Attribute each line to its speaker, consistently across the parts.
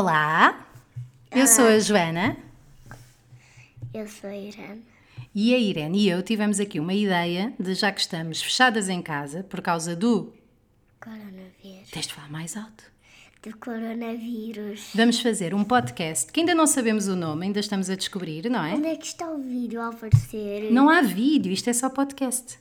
Speaker 1: Olá, eu sou a Joana
Speaker 2: Eu sou a Irene.
Speaker 1: e a Irene e eu tivemos aqui uma ideia de já que estamos fechadas em casa por causa do.
Speaker 2: Coronavírus.
Speaker 1: Tens de falar mais alto.
Speaker 2: Do coronavírus.
Speaker 1: Vamos fazer um podcast que ainda não sabemos o nome, ainda estamos a descobrir, não é?
Speaker 2: Onde é que está o vídeo a aparecer?
Speaker 1: Não há vídeo, isto é só podcast.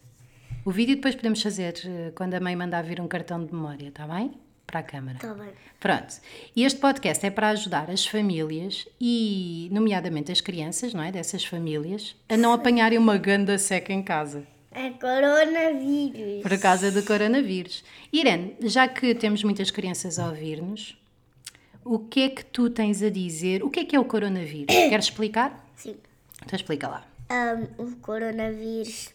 Speaker 1: O vídeo depois podemos fazer eh, quando a mãe mandar vir um cartão de memória, está bem? Para a câmara.
Speaker 2: Está Tá bem.
Speaker 1: Pronto. E este podcast é para ajudar as famílias e, nomeadamente, as crianças, não é? Dessas famílias, a não apanharem uma ganda seca em casa
Speaker 2: É coronavírus.
Speaker 1: por causa do coronavírus. Irene, já que temos muitas crianças a ouvir-nos, o que é que tu tens a dizer? O que é que é o coronavírus? Queres explicar?
Speaker 2: Sim.
Speaker 1: Então explica lá.
Speaker 2: Ahm, o coronavírus.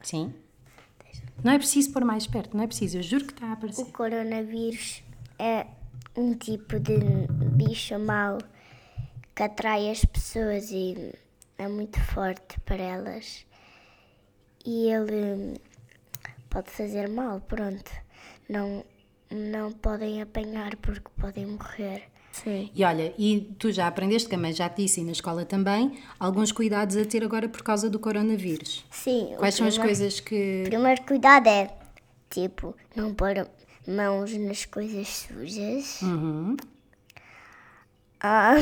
Speaker 1: Sim. Não é preciso pôr mais perto, não é preciso. Eu juro que está a aparecer.
Speaker 2: O coronavírus é um tipo de bicho mau que atrai as pessoas e é muito forte para elas. E ele hum, pode fazer mal, pronto. Não, não podem apanhar porque podem morrer. Sim.
Speaker 1: E olha, e tu já aprendeste, que a mãe já te disse e na escola também, alguns cuidados a ter agora por causa do coronavírus.
Speaker 2: Sim. o
Speaker 1: Quais são as
Speaker 2: primeiro-
Speaker 1: coisas que.
Speaker 2: O primeiro cuidado é, tipo, não pôr mãos nas coisas sujas.
Speaker 1: Uhum.
Speaker 2: Ah.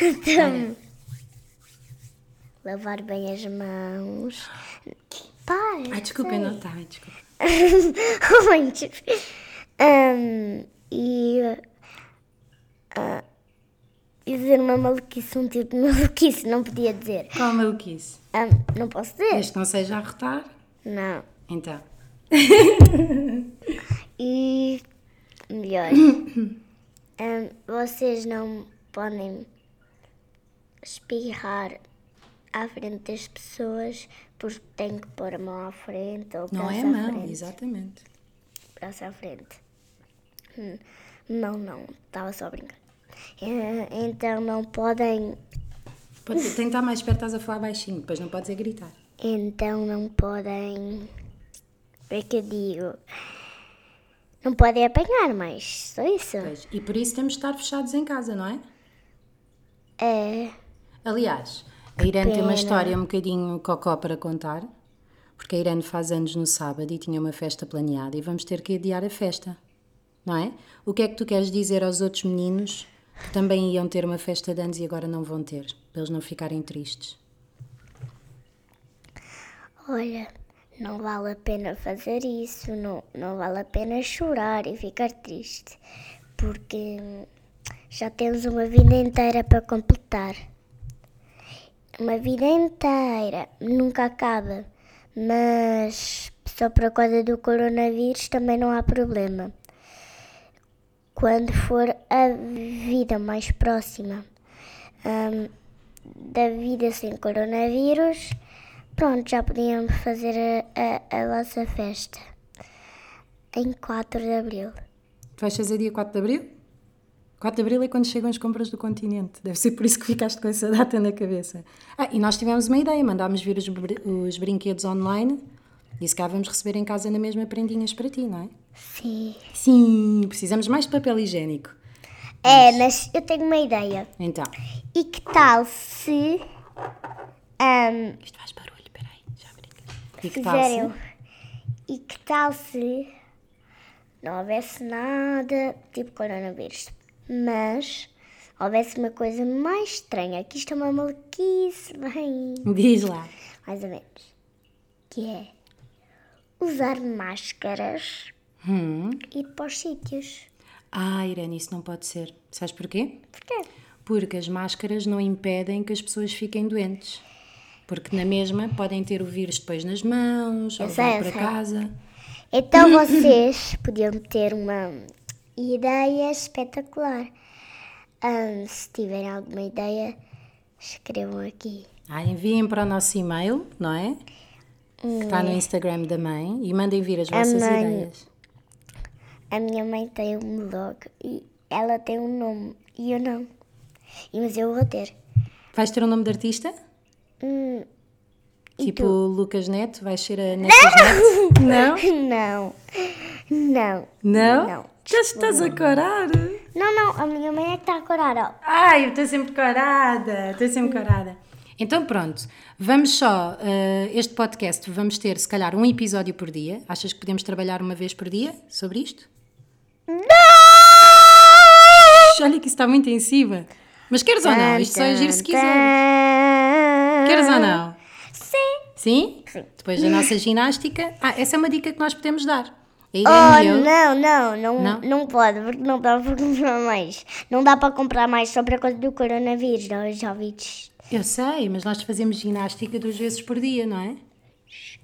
Speaker 2: Então, lavar bem as mãos. Para.
Speaker 1: Ai, desculpa, não está, desculpa.
Speaker 2: Onde? Oh, Ahm, e ah, dizer uma maluquice, um tipo de maluquice, não podia dizer.
Speaker 1: Qual maluquice?
Speaker 2: Ahm, não posso dizer?
Speaker 1: Este não seja a rotar?
Speaker 2: Não.
Speaker 1: Então.
Speaker 2: E melhor. Ahm, vocês não podem espirrar à frente das pessoas porque têm que pôr a mão à frente ou
Speaker 1: Não
Speaker 2: braço
Speaker 1: é
Speaker 2: à
Speaker 1: mão,
Speaker 2: frente.
Speaker 1: exatamente.
Speaker 2: Braço à frente. Hum, Não, não. Estava só a brincar. Eh, Então não podem.
Speaker 1: Pode ser, tem que estar mais perto, estás a falar baixinho, depois não podes é gritar.
Speaker 2: Então não podem. Como é que eu digo? Não podem apanhar mais. Só isso.
Speaker 1: Pois, e por isso temos de estar fechados em casa, não é?
Speaker 2: É.
Speaker 1: Aliás, a Irene tem uma
Speaker 2: pena.
Speaker 1: história um bocadinho cocó para contar, porque a Irene faz anos no sábado e tinha uma festa planeada e vamos ter que adiar a festa, não é? O que é que tu queres dizer aos outros meninos que também iam ter uma festa de anos e agora não vão ter, para eles não ficarem tristes?
Speaker 2: Olha, não vale a pena fazer isso, não, não vale a pena chorar e ficar triste, porque hum, já temos uma vida inteira para completar. Uma vida inteira, nunca acaba, mas só por causa do coronavírus também não há problema. Quando for a vida mais próxima hum, da vida sem coronavírus, Pronto, já podíamos fazer a, a, a nossa festa em 4 de Abril.
Speaker 1: Tu vais fazer dia 4 de Abril? 4 de Abril é quando chegam as compras do continente. Deve ser por isso que ficaste com essa data na cabeça. Ah, e nós tivemos uma ideia. Mandámos vir os, br- os brinquedos online e se cá vamos receber em casa na mesma prendinhas para ti, não é?
Speaker 2: Sim.
Speaker 1: Sim, precisamos mais de papel higiênico.
Speaker 2: É, mas eu tenho uma ideia.
Speaker 1: Então.
Speaker 2: E que tal se ahm,
Speaker 1: Isto faz barulho, peraí. Já brinca. E que tal
Speaker 2: fizerem.
Speaker 1: se-
Speaker 2: E que tal se não houvesse nada tipo coronavírus? Mas houvesse uma coisa mais estranha, que isto é uma maluquice, bem.
Speaker 1: Diz lá.
Speaker 2: mais ou menos, que é usar máscaras
Speaker 1: Hum.
Speaker 2: e ir para os sítios.
Speaker 1: Ah, Irene, isso não pode ser. Sabes porquê?
Speaker 2: Porquê?
Speaker 1: Porque as máscaras não impedem que as pessoas fiquem doentes. Porque na mesma podem ter o vírus depois nas mãos, ou
Speaker 2: sei,
Speaker 1: levar
Speaker 2: eu
Speaker 1: para
Speaker 2: sei.
Speaker 1: casa.
Speaker 2: Então vocês podiam ter uma ideia espetacular. Ahm, se tiverem alguma ideia, escrevam aqui.
Speaker 1: Ah, enviem para o nosso e-mail, não é? Que está no Instagram da mãe. E mandem vir as vossas
Speaker 2: Hum. mãe.
Speaker 1: ideias.
Speaker 2: A minha mãe tem um blog e ela tem um nome e eu não. E, mas eu vou ter.
Speaker 1: Vais ter um nome de artista?
Speaker 2: Hum. e
Speaker 1: tipo
Speaker 2: tu?
Speaker 1: Lucas Neto? Vais ser a Netas Neto? Não?
Speaker 2: Não, não,
Speaker 1: Não?
Speaker 2: não.
Speaker 1: Já estás a corar?
Speaker 2: Não, não, a minha mãe é que está a corar, ó.
Speaker 1: Ai, eu estou sempre corada, estou sempre corada. Então pronto, vamos só, eh, este podcast vamos ter se calhar um episódio por dia. Achas que podemos trabalhar uma vez por dia sobre isto? Não! Olha que isso está muito em cima. Mas queres ou não? Isto só é giro se quiser. Queres ou não?
Speaker 2: Sim.
Speaker 1: Sim? Depois da nossa ginástica. Ah, essa é uma dica que nós podemos dar. A
Speaker 2: Oh,
Speaker 1: Irene e eu-
Speaker 2: não, não, não,
Speaker 1: Não?
Speaker 2: não, pode, porque não dá para comprar mais. Não dá para comprar mais só para causa do coronavírus, não, já ouvi disto.
Speaker 1: Eu sei, mas nós fazemos ginástica duas vezes por dia, não é?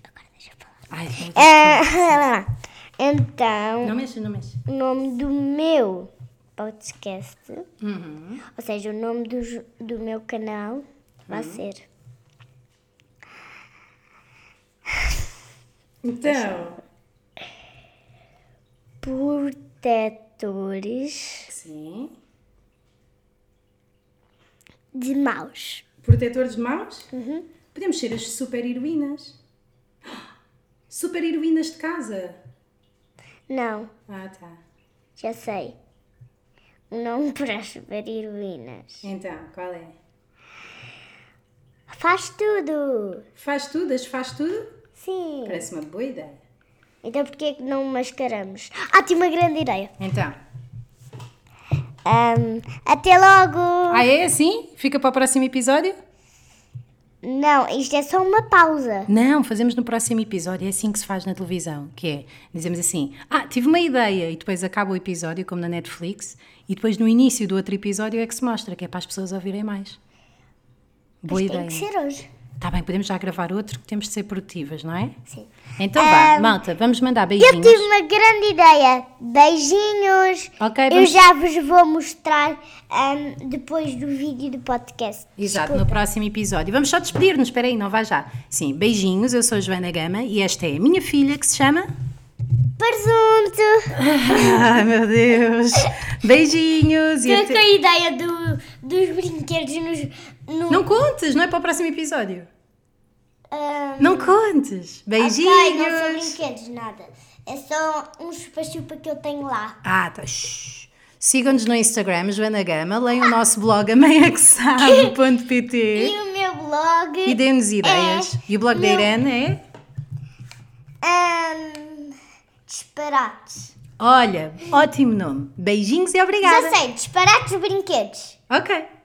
Speaker 2: Agora deixa eu falar.
Speaker 1: Ai,
Speaker 2: Ah, então,
Speaker 1: não mexe, não mexe.
Speaker 2: o nome do meu podcast,
Speaker 1: Uhum.
Speaker 2: ou seja, o nome do, ju- do meu canal, vai
Speaker 1: Uhum.
Speaker 2: ser.
Speaker 1: Então.
Speaker 2: Protetores
Speaker 1: Sim.
Speaker 2: de Maus.
Speaker 1: Protetores de mãos? Podemos ser as super heroínas. Super heroínas de casa.
Speaker 2: Não,
Speaker 1: Ah, tá.
Speaker 2: já sei. O nome para as super-heroínas.
Speaker 1: Então, qual é?
Speaker 2: Faz tudo!
Speaker 1: Faz tudo, as faz tudo?
Speaker 2: Sim!
Speaker 1: Parece uma boa ideia.
Speaker 2: Então porquê é que não mascaramos? Ah, tive uma grande ideia!
Speaker 1: Então.
Speaker 2: Ahm, até logo!
Speaker 1: Ah, é assim? Fica para o próximo episódio?
Speaker 2: Não, isto é só uma pausa.
Speaker 1: Não, fazemos no próximo episódio. É assim que se faz na televisão, que é, dizemos assim, ah, tive uma ideia, e depois acaba o episódio, como na Netflix, e depois no início do outro episódio é que se mostra, que é para as pessoas ouvirem mais. Boa
Speaker 2: Mas tem
Speaker 1: ideia.
Speaker 2: que ser hoje.
Speaker 1: Está Tá bem, podemos já gravar outro, que temos de ser produtivas, não é?
Speaker 2: Sim.
Speaker 1: Então vá, malta, vamos mandar
Speaker 2: Eu
Speaker 1: beijinhos.
Speaker 2: tive uma grande ideia. Beijinhos!
Speaker 1: Ok,
Speaker 2: Eu
Speaker 1: vamos-
Speaker 2: já vos vou mostrar ahm, depois do vídeo do podcast.
Speaker 1: Exato, no próximo episódio. Vamos só despedir-nos, espera aí, não vá já. Sim, beijinhos, eu sou a Joana Gama e esta é a minha filha que se chama...
Speaker 2: Presunto!
Speaker 1: Ai, meu Deus. Beijinhos. e
Speaker 2: Eu
Speaker 1: até-
Speaker 2: tenho a ideia do- dos brinquedos nos. No,
Speaker 1: Não contes, não é para o próximo episódio.
Speaker 2: ahm,
Speaker 1: Não contes.
Speaker 2: ok,
Speaker 1: Beijinhos.
Speaker 2: não são brinquedos, nada. É só um chupa-chupa que eu tenho lá.
Speaker 1: Ah, tá. shh. Sigam-nos no Instagram, Joana Gama. Leiam o nosso blog amanhaquesabe.pt
Speaker 2: E o meu blog.
Speaker 1: e dêem-nos ideias. E o blog da
Speaker 2: meu-
Speaker 1: Irene é?
Speaker 2: Ahn, hum, disparates.
Speaker 1: Olha, ótimo nome. Beijinhos e
Speaker 2: Já
Speaker 1: obrigada.
Speaker 2: sei, disparates de brinquedos.
Speaker 1: Ok.